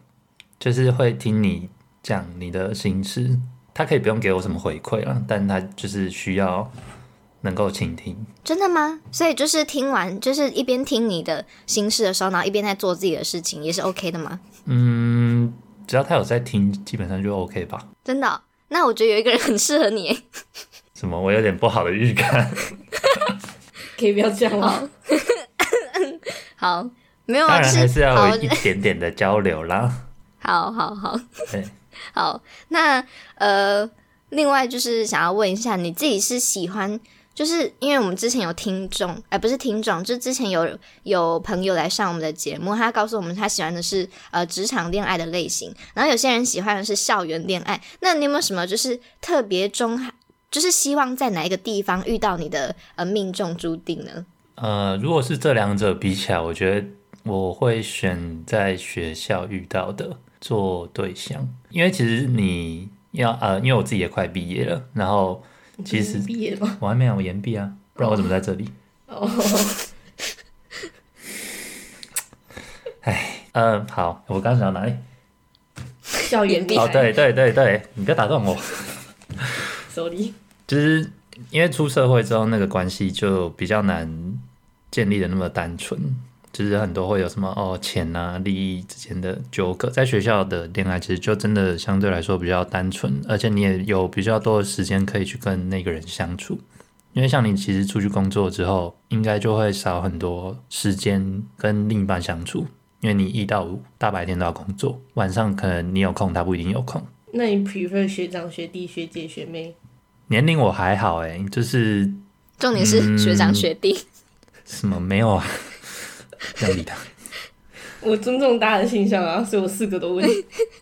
就是会听你讲你的心事，他可以不用给我什么回馈啊，但他就是需要能够倾听。
真的吗？所以就是听完，就是一边听你的心事的时候，然后一边在做自己的事情，也是 OK 的吗？
嗯，只要他有在听，基本上就 OK 吧。
真的哦、那我觉得有一个人很适合你耶，
什么？我有点不好的预感。
可以不要这样吗？
好， 没有
嗯当
啊，
然
就
还是要
好
有一点点的交流啦。
好好好
对，
好，那呃，另外就是想要问一下，你自己是喜欢，就是因为我们之前有听众，哎、不是听众，就之前有有朋友来上我们的节目，他告诉我们他喜欢的是呃职场恋爱的类型，然后有些人喜欢的是校园恋爱，那你有没有什么就是特别中，就是希望在哪一个地方遇到你的呃命中注定呢？
呃，如果是这两者比起来，我觉得我会选在学校遇到的做对象，因为其实你要呃，因为我自己也快毕业了，然后其实
毕业吗？
我还没有延毕啊，不然我怎么在这里？
哦，
嗯、好，我刚刚想到哪里？
校园
厉
恋
哦，
爱，
对对对对，你不要打断我。
，sorry，
就是因为出社会之后，那个关系就比较难建立的那么单纯，就是很多会有什么哦钱啊、利益之间的纠葛。在学校的恋爱其实就真的相对来说比较单纯，而且你也有比较多的时间可以去跟那个人相处。因为像你其实出去工作之后，应该就会少很多时间跟另一半相处，因为你一到五大白天都要工作，晚上可能你有空，他不一定有空。
那你 prefer 学长、学弟、学姐、学妹？
年龄我还好诶、就是
重点是
嗯
学长学弟，
什么没有啊？ 不想理他。
我尊重大家的性向啊，所以我四个都问。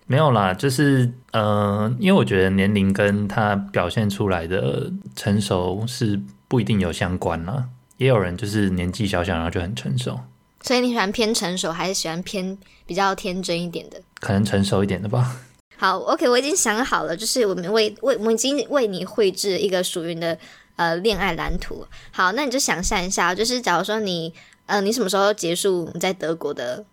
没有啦，就是呃，因为我觉得年龄跟他表现出来的成熟是不一定有相关啦。也有人就是年纪小小，然后就很成熟，
所以你喜欢偏成熟，还是喜欢偏比较天真一点的？
可能成熟一点的吧。
好，OK，我已经想好了，就是我们为为我们已经为你绘制一个属于你的呃恋爱蓝图。好，那你就想象一下，就是假如说你呃你什么时候结束你在德国的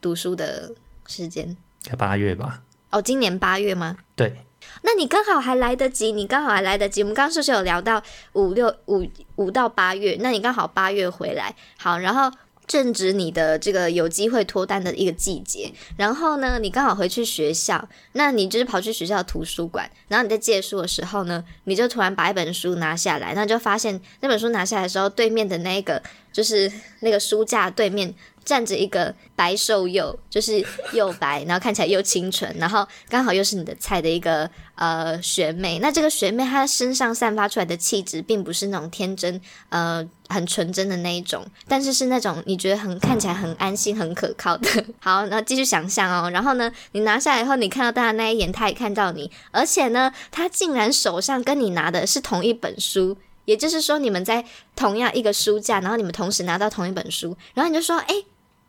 读书的时间？
才八月吧？
哦，今年八月吗？
对，
那你刚好还来得及，你刚好还来得及。我们刚刚是不是有聊到五六五五到八月？那你刚好八月回来，好，然后正值你的这个有机会脱单的一个季节。然后呢，你刚好回去学校，那你就是跑去学校的图书馆，然后你在借书的时候呢，你就突然把一本书拿下来，那就发现那本书拿下来的时候，对面的那个就是那个书架对面站着一个白瘦幼， 就是又白，然后看起来又清纯，然后刚好又是你的菜的一个呃学妹。那这个学妹她身上散发出来的气质，并不是那种天真呃很纯真的那一种，但是是那种你觉得很看起来很安心、很可靠的。 好，然后继续想象哦。然后呢，你拿下来以后，你看到她的那一眼，她也看到你，而且呢，她竟然手上跟你拿的是同一本书。也就是说，你们在同样一个书架，然后你们同时拿到同一本书，然后你就说：“哎、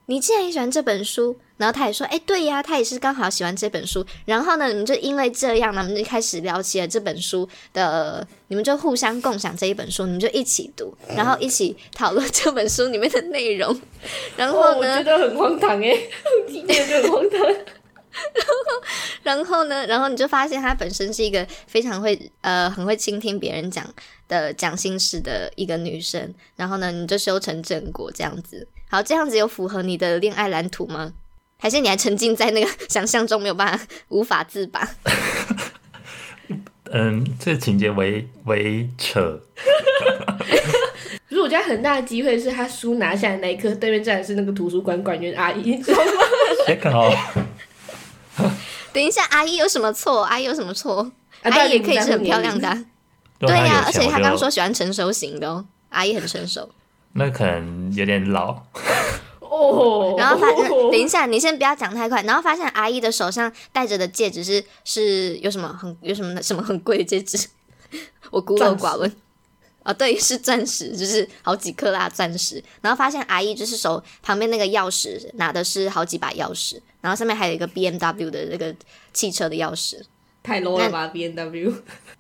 你竟然也喜欢这本书？”然后他也说：“哎、对呀，他也是刚好喜欢这本书。”然后呢，你们就因为这样，呢，你们就开始聊起了这本书的，你们就互相共享这一本书，你们就一起读，然后一起讨论这本书里面的内容。然
哦，
后
我
呢，
觉得很荒唐哎，我听见就很荒唐。
然后呢，然后你就发现她本身是一个非常会呃很会倾听别人讲的讲心事的一个女生。然后呢，你就修成正果这样子。好，这样子有符合你的恋爱蓝图吗？还是你还沉浸在那个想象中没有办法无法自拔？
嗯，这情节为为扯，
可是我觉得很大的机会是他书拿下来那一刻，对面站的是那个图书馆馆员阿姨，你知道吗？
写 稿。
等一下，阿姨有什么错？阿姨有什么错？
啊
阿姨也可以是很漂亮的啊、
如
对
果他
呀、
有
而且
钱
她刚
我就
刚说喜欢成熟型的哦，阿姨很成熟。
那可能有点老，
哦，
然后发 现，
哦
等一下，你先不要讲太快。然后发现阿姨的手上戴着的戒指是是有什么很有什么什么很贵的戒指， 我孤陋寡闻。哦，对，是钻石，就是好几克拉钻石。然后发现阿姨就是手旁边那个钥匙拿的是好几把钥匙，然后上面还有一个 B M W 的那个汽车的钥匙。
太 low 了吧 B N W。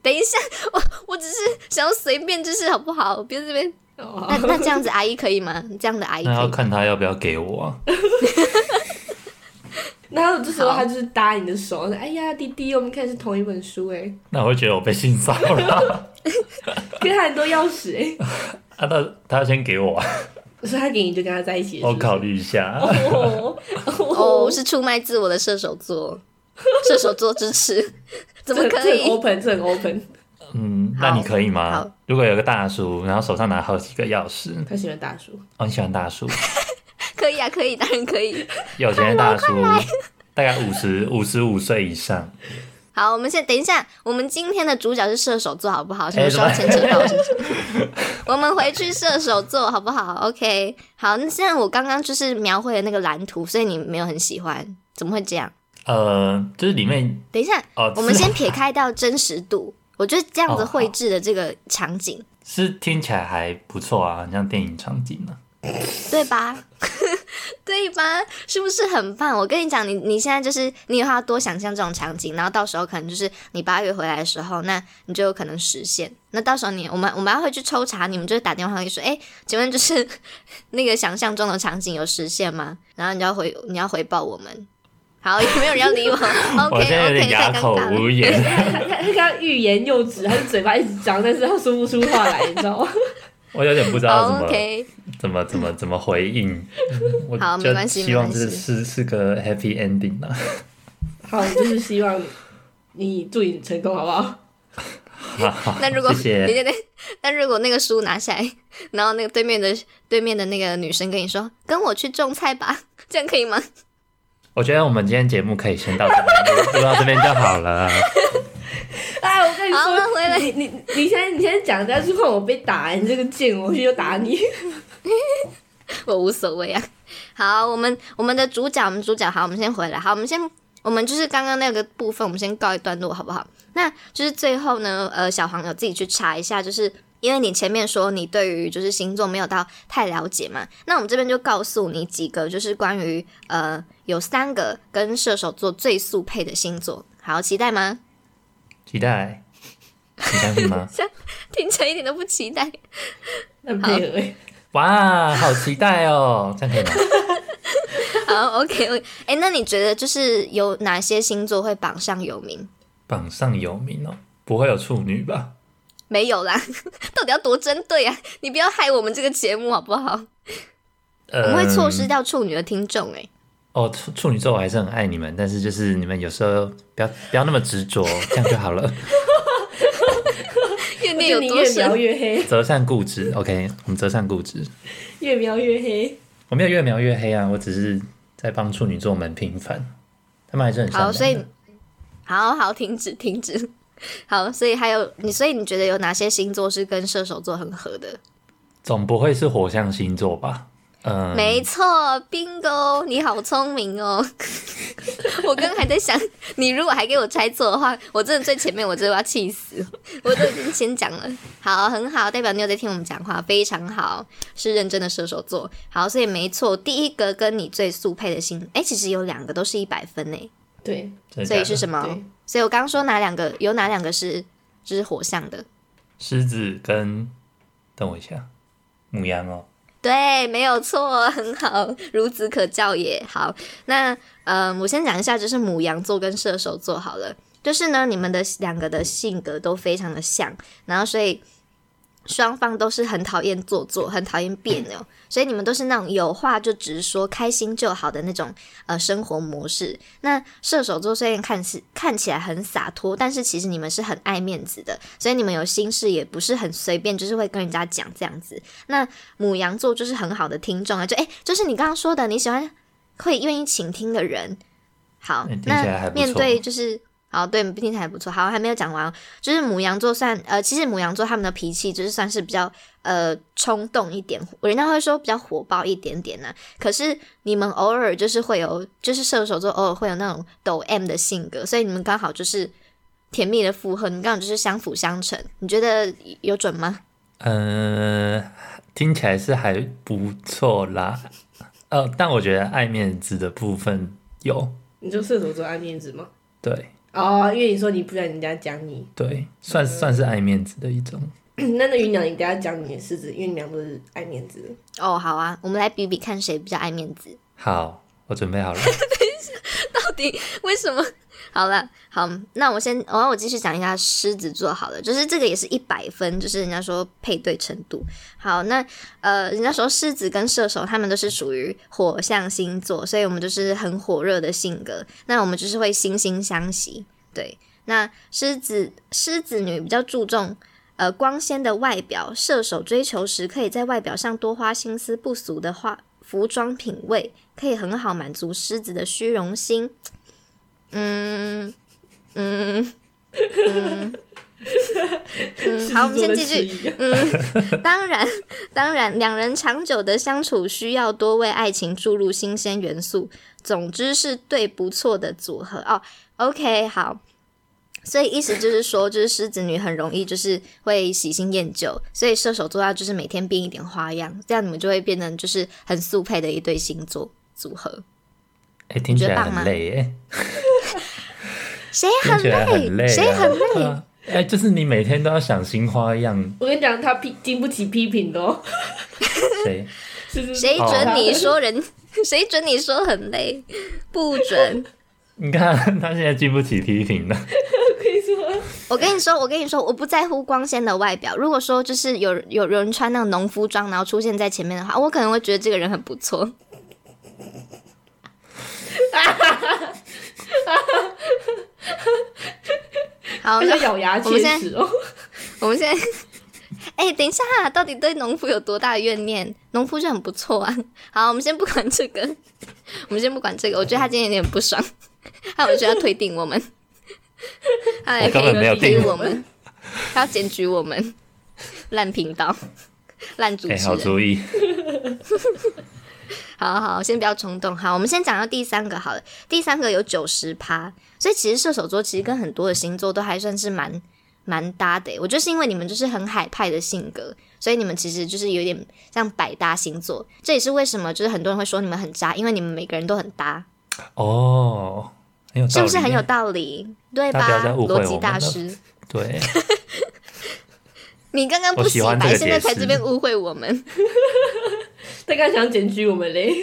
等一下，我我只是想要随便，就是好不好？别这边。
哦
那那这样子阿姨可以吗？这样的阿姨可
那
以
要
吗
看他要不要给我啊。
然后这时候
好
他就是搭你的手，说：“哎呀，弟弟，我们看的是同一本书哎，
那我会觉得我被性骚扰。
给他很多钥匙 哎，
啊，那他先给我啊，
所以他给你就跟他在一起。”
我考虑一下。
哦
哦，是出卖自我的射手座， 射手座支持， 怎么
这
可
这很
以？
open，这很 open，
嗯，那你可以
好
吗？如果有个大叔，然后手上拿好几个钥匙，
他喜欢大叔，
哦，你喜欢 大叔，
可以啊，可以，当然可以。
有钱的大
哦
叔，大概五十五十五岁以上。
好，我们先等一下，我们今天的主角是射手座，好不好？什么
哎
双
怎
牵扯
么
到？什么我们回去射手座，好不好？OK，好。那现在我刚刚就是描绘的那个蓝图，所以你没有很喜欢，怎么会这样？
呃，就是里面
等一下，
哦，
我们
是
先撇开到真实度，我觉得这样子
哦好
绘制的这个场景，
是听起来还不错啊，很像电影场景啊呢、
对吧？ 对吧？是不是很棒？我跟你讲，你你现在就是你以后要多想象这种场景，然后到时候可能就是你八月回来的时候，那你就有可能实现。那到时候你我们我们要会去抽查，你们就打电话回去说，哎，请问就是 那个想象中的场景有实现吗？然后你就要回你要回报我们。好，有没有人要 理我？OK
我现在有
OK，太
点哑
尴
口
尬了。
无 言，
他他他刚欲言又止，他的嘴巴一直张，但是他说不出话来，你知道吗？
我有点不知道怎么
OK，
怎么怎么怎么 回应。我
好没
就
关系
希望
没
这
关
是
系
是是个 happy ending 啦。
好，就是希望你祝你成功，好不好？
好好
那如果
谢
你
谢，
那那那如果那个书拿下来，然后那个对面的对面的那个女生跟你说：“跟我去种菜吧，这样可以吗
我觉得我们今天节目可以先到这边， 录录到这边就好了。
哎，我跟你
好那回来
说，你你你现在你现在讲，但是换我被打，你这个贱，我去就打你。？”
我无所谓啊。好，我们我们的主角，我们主角，好，我们先回来，好，我们先我们就是刚刚那个部分，我们先告一段落，好不好？那就是最后呢，呃，小黄有自己去查一下，就是因为你前面说你对于就是星座没有到太了解嘛，那我们这边就告诉你几个，就是关于呃有三个跟射手座最速配的星座，好，期待吗？
期待，你相信吗？
听起来一点都不期待。
很配合哎，
哇，好期待哦！这样可以吗？
好，OK，哎、诶那你觉得就是有哪些星座会榜上有名？
榜上有名哦，不会有处女吧？
没有啦， 到底要多针对啊？你不要害我们这个节目好不好？我
呃
们会错失掉处女的听众哎、
哦，处处女座我还是很爱你们，但是就是你们有时候不要不要那么执着， 这样就好了，
怨念
就
有
你
多
越描
深？
越黑，
择善固执。OK，我们择善固执。
越描越黑。
我没有越描越黑啊，我只是在帮处女座们平反，他们还是很善良
好，
的
所以好好停止停止。好，所以还有你，所以你觉得有哪些星座是跟射手座很合的？
总不会是火象星座吧？嗯，
没错，bingo，你好聪明哦！ 我刚刚还在想，你如果还给我猜错的话，我真的最前面我真的要气死， 我都已经先讲了。好，很好，代表你有在听我们讲话，非常好，是认真的射手座。好，所以没错，第一个跟你最速配的星，哎、其实有两个都是一百分呢，
对，
真的
所
假
以
的
是什么
对？
所以我刚刚说哪两个，有哪两个是就是火象的？
狮子跟等我一下，母羊哦，
对，没有错，很好，孺子可教也。好，那嗯，我先讲一下，就是母羊座跟射手座好了，就是呢，你们的两个的性格都非常的像，然后所以双方都是很讨厌做作，很讨厌别扭，所以你们都是那种有话就直说、开心就好的那种呃生活模式。那射手座虽然看似看起来很洒脱，但是其实你们是很爱面子的，所以你们有心事也不是很随便，就是会跟人家讲这样子。那母羊座就是很好的听众啊，就诶，就是你刚刚说的，你喜欢会愿意倾听的人。好
哎听，起来还
那
不错
面对就是。好，对，听起来还不错。好，还没有讲完哦，就是母羊座算呃，其实母羊座他们的脾气就是算是比较呃冲动一点，人家会说比较火爆一点点呢、可是你们偶尔就是会有，就是射手座偶尔会有那种抖 M 的性格，所以你们刚好就是甜蜜的附和，你们刚好就是相辅相成。你觉得有准吗？
嗯，听起来是还不错啦。呃，但我觉得爱面子的部分有，
你就射手座爱面子吗？
对
哦，因为你说你不让人家讲你，
对，
嗯
算算是爱面子的一种。
那那云娘，你等下讲你的狮子，因为你们俩都是爱面子的。
哦，好啊，我们来比比看谁比较爱面子。
好，我准备好了。
底为什么？ 好了，好，那我先，然后我继续讲一下狮子座好了，就是这个也是一百分，就是人家说配对程度。好，那呃，人家说狮子跟射手他们都是属于火象星座，所以我们就是很火热的性格，那我们就是会惺惺相惜。对，那狮子狮子女比较注重呃光鲜的外表，射手追求时可以在外表上多花心思，不俗的话，服装品味可以很好满足狮子的虚荣心。嗯嗯嗯嗯，好，我们先继续。
续。
嗯，当然， 当然，两人长久的相处需要多为爱情注入新鲜元素。总之是对不错的组合哦。OK，好。所以意思就是说，就是狮子女很容易就是会喜新厌旧，所以射手座要就是每天变一点花样，这样你们就会变成就是很速配的一对星座组合。
哎、听起
你觉得
来
棒吗
很累耶，
谁
听起来
很
很累
累？
啊，
谁很累？
对啊哎、就是你每天都要想新花样，
我跟你讲，他批经不起批评的哦。
谁？
是是
谁准你
哦
说人？ 谁准你说很累？不准！
你看他现在经不起批评了，
我跟你说，
我跟你说，我跟你说，我不在乎光鲜的外表。如果说就是有有人穿那种农夫装，然后出现在前面的话，我可能会觉得这个人很不错。 好，
他在
那
咬牙切齿哦。
我们现在，哎、等一下，到底对农夫有多大的怨念？农夫就很不错啊。好，我们先不管这个，我们先不管这个。我觉得他今天有点不爽，他我觉得要推定我们，他也
我
可
根本没有
以
定
定我们，他要检举我们烂频道、烂主
哎、
持
好
人。
主意，
好好，先不要冲动。好，我们先讲到第三个好了。第三个有九十趴，所以其实射手座其实跟很多的星座都还算是蛮蛮搭的欸。我觉得是因为你们就是很海派的性格，所以你们其实就是有点像百搭星座。这也是为什么就是很多人会说你们很渣，因为你们每个人都很搭，
哦，很有道理耶，
是不是很有道理？对
大家
吧
不？要再误会
逻辑
我们
大
了
师，
对，
你刚刚不
我喜
洗
欢这
白，
个
现在
解
才
释
这边误会我们。
大概想检举我们嘞，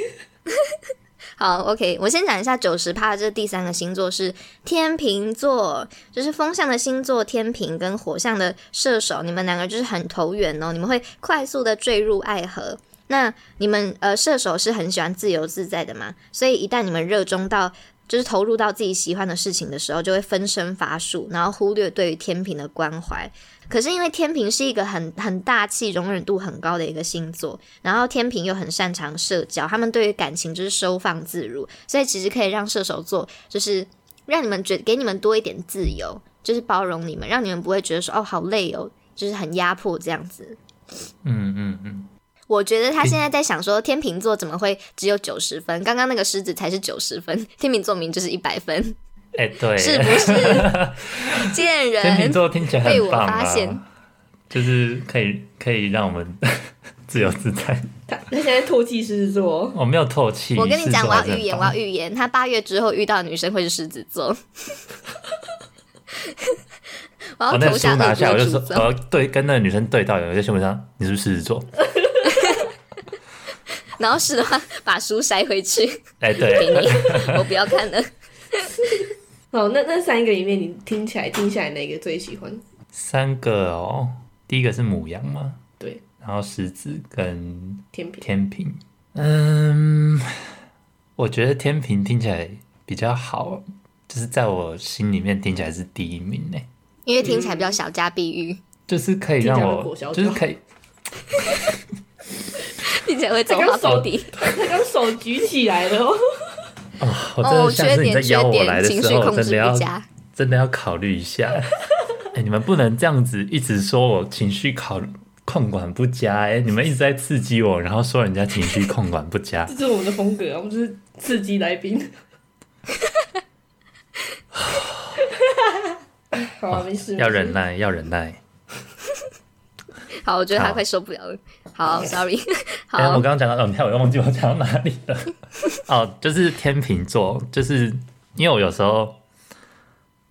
好，OK，我先讲一下九十趴，这第三个星座是天秤座，就是风象的星座天平跟火象的射手，你们两个就是很投缘哦，你们会快速的坠入爱河。那你们呃射手是很喜欢自由自在的嘛，所以一旦你们热衷到就是投入到自己喜欢的事情的时候，就会分身乏术，然后忽略对于天平的关怀。可是因为天平是一个很很大气、容忍度很高的一个星座，然后天平又很擅长社交，他们对于感情就是收放自如，所以其实可以让射手座就是让你们觉给你们多一点自由，就是包容你们，让你们不会觉得说哦好累哦，就是很压迫这样子。
嗯嗯嗯，
我觉得他现在在想说，天秤座怎么会只有九十分？刚刚那个狮子才是九十分，天秤座明明就是一百分，
哎、对，
是不 是？ 贱
天秤
人！
座听起来
被我
很棒
发现
啊，就是可以可以让我们 自由自在。
他他现在唾弃狮子座哦。
我没有透气，
我跟你讲，
是
我要
还是很
预言，我
棒
要预言，他八月之后遇到的女生会是狮子座。 我要
哦我那
投
个书
下
拿
恶
下，
毒
我
的诅
就说，
咒
我。要对跟那个女生对到，有在新闻上你是不是狮 子座？
然后是的话，把书塞回去
哎，
给
对，
你，我不要看了。
好，那那三个里面，你听起来听起来哪个最喜欢？
三个哦，第一个是母羊嘛，
对，
然后狮子跟
天平。
天平，嗯，我觉得天平听起来比较好，就是在我心里面听起来是第一名呢，
因为听起来比较小家碧玉，
就是可以让
听起来会
我
裹小，
就是
脚
可以，
听起来会走花
手
到底。
他 刚手举起来了哦，
哦，我真
哦，
的下
缺
次你再
点缺
邀我来
点，
的
情
时
绪
候，
控
真的
制
要
不佳。
真的要考虑一下。 哎、你们不能这样子一直说我情绪考控管不佳、哎，你们一直在刺激我，然后说人家情绪控管不 佳
这，是我们的风格啊，我们就是刺激来宾。 好啊，没事，
要
没事
忍耐，要忍耐。
好，我觉得他
好
快受不了了。好，sorry。
哎、我
好
刚，刚讲到，哦，你看我又忘记我讲到哪里了。 哦，就是天秤座，就是因为我有时候，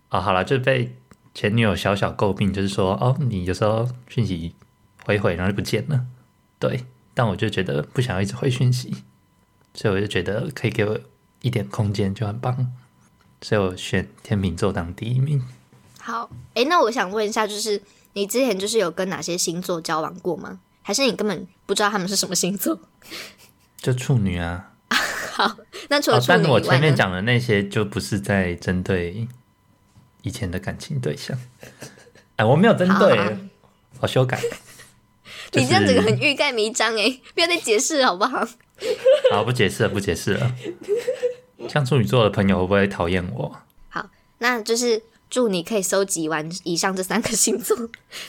哦，好了，就被前女友小小诟病，就是说，哦，你有时候讯息回一回，然后就不见了。对，但我就觉得不想要一直回讯息，所以我就觉得可以给我一点空间就很棒。所以我选天秤座当第一名。
好，哎，那我想问一下，就是你之前就是有跟哪些星座交往过吗？还是你根本不知道他们是什么星座？
就处女啊，
那除了
哦，
处
但
女
我
以外
前面
呢？
讲的那些就不是在针对以前的感情对象， 哎，我没有针对
好好，
我修改。
你这样
就
整个
是
很欲盖弥彰哎，不要再解释好不好？
好，不解释了，不解 释了。像处女座的朋友会不会讨厌我？
那就是祝你可以收集完以上这三个星座，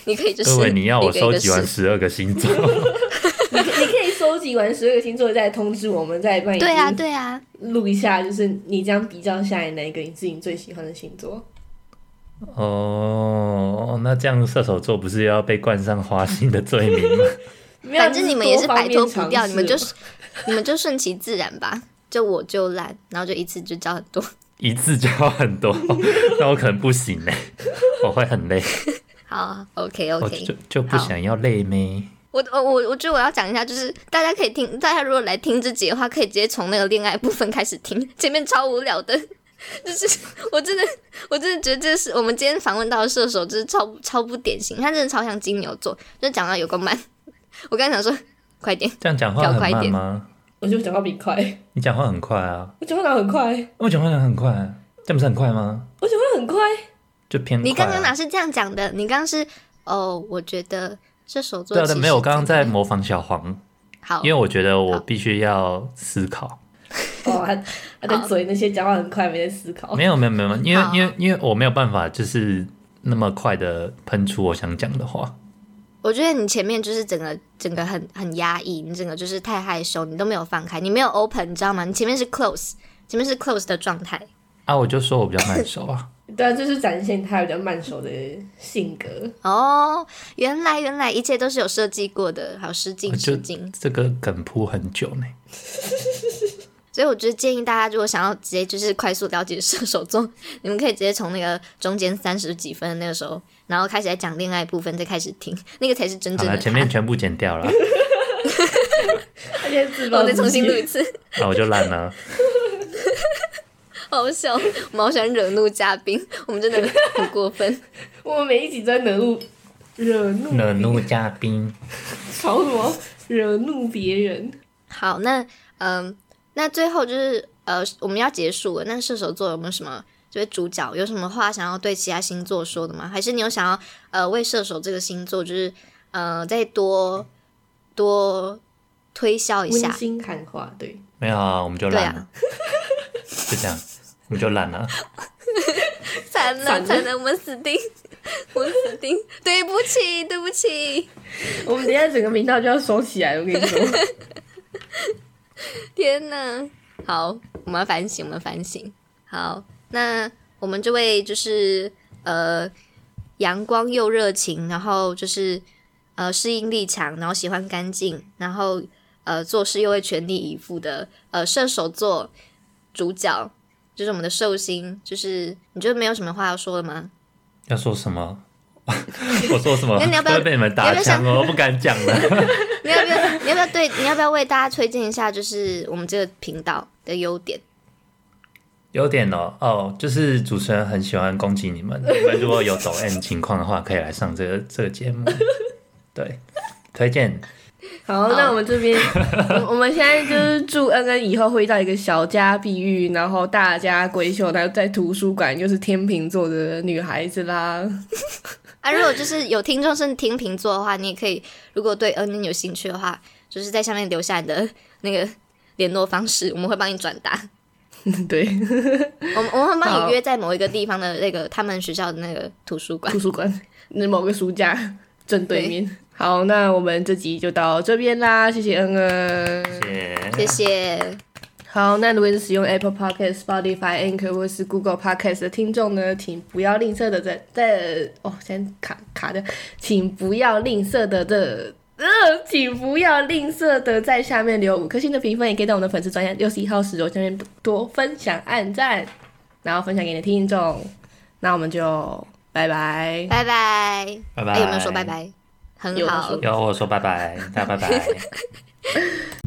你可以就是
各位，你要我
一个一
收
个
集完
试
十二个星座，
你可你可以收集完十二个星座，再通知我们，再帮你
对啊，对啊，
录一下，就是你这样比较下来，哪一个你是你最喜欢的星座？
哦，那这样射手座不是又要被冠上花心的罪 名吗？
没有啊
反正你们也是摆脱不掉，你们就
多方面尝试
你们就顺其自然吧，就我就烂，然后就一次就交很多。
一次就要很多，那我可能不行嘞，我会很累，
好，OK 啊
我
OK，
哦就就不
好
想要累咩。
我我我我觉得我要讲一下，就是大家可以听，大家如果来听这集的话，可以直接从那个恋爱部分开始听，前面超无聊的。 就是我真的，我真的觉得这是我们今天访问到的射手，就是超超不典型，他真的超像金牛座，就讲到有个慢。 我刚才想说，快点，
这样讲话
调快
很
一
慢
点
吗？
我就讲话比你快，
你讲话很快啊，
我讲话哪很快，
我讲话很快、啊，这样不是很快吗？
我讲话很快，
就偏、快啊。
你刚刚哪是这样讲的？你刚刚是哦，我觉得射手座
对啊
其
对，
实
没有，我刚刚在模仿小黄，
好
因为我觉得我必须要思考。
哦，他他在嘴那些讲话很快，没在思考。
没有没有没有，因
哦好
为因为因为我没有办法就是那么快的喷出我想讲的话。
我觉得你前面就是整个整个很很压抑，你整个就是太害羞，你都没有放开，你没有 open，你知道吗？你前面是 close，前面是 close 的状态。
啊，我就说我比较 慢熟啊，
对啊，就是展现他比较慢熟的性格。
哦，原来原来一切都是有设计过的，好失敬
我就
失敬。
这个梗铺很久呢。
所以我觉得建议大家，如果想要直接就是快速了解射手座，你们可以直接从那个中间三十几分的那个时候，然后开始来讲恋爱部分，再开始听， 那个才是真
好
正的
了，
他。
前面全部剪 掉了，
他现在自暴
我哦再
自
重新录一
弃，
次，
啊，我就 烂了。
好笑， 我们好喜欢惹怒嘉宾，我们真的很过分。
我们每一集都在惹怒惹怒
惹怒嘉宾，
吵什么？惹怒别人。
好，那嗯、那最后就是呃，我们要结束了。那射手座有没有什么就是主角有什么话想要对其他星座说的吗？还是你有想要呃为射手这个星座就是呃再多多推销一
温
下？
馨喊话，对，
没有啊，我们就烂了，
啊
就这样，我们就烂了。
惨了
惨了
惨了，我们死定， 我们死定，对不起对不起，
我们等一下整个频道就要收起来了，我跟你 说。
天呐，好，我们要反省，我们反省。好，那我们这位就是呃，阳光又热情，然后就是呃适应力强，然后喜欢干净，然后呃做事又会全力以赴的呃射手座主角，就是我们的寿星，就是你觉得没有什么话要说的吗？
要说什么？ 我说什么？
那你要不要
会被你们打枪
你
哦，我不敢讲了。
你要不要？你要不要对？你要不要为大家推荐一下，就是我们这个频道的优点？
有点哦，哦，就是主持人很喜欢攻击你 们，你们如果有抖 M 情况的话，可以来上这个这 个节目。对，推荐
好，那我们这 边，我我们现在就是祝恩恩以后会遇到一个小家碧玉，然后大家闺秀，然后在图书馆又是天秤座的女孩子啦。
啊，如果就是有听众是天秤座的话，你也可以，如果对恩恩有兴趣的话，就是在下面留下你的那个联络方式，我们会帮你转达。
对，
我们我们会帮
好
你约在某一个地方的那个他们学校的那个图书馆
图。书馆那某个书架正对面。好，那我们这集就到这边啦，谢谢恩恩。
谢谢，
好，那如果是使用 Apple Podcast、Spotify、Anchor 或是 Google Podcast 的听众呢，请不要吝啬的在在哦，先卡卡掉，请不要吝啬的的。呃，请不要吝啬的在下面留五颗星的评分，也可以到我们的粉丝专页六十一号石头下面多分享、按赞，然后分享给你的听众。那我们就拜拜。
拜拜。
拜
哎、
拜。
有没有说拜？拜？很
有
好
说，
有，我说拜拜，大家拜拜。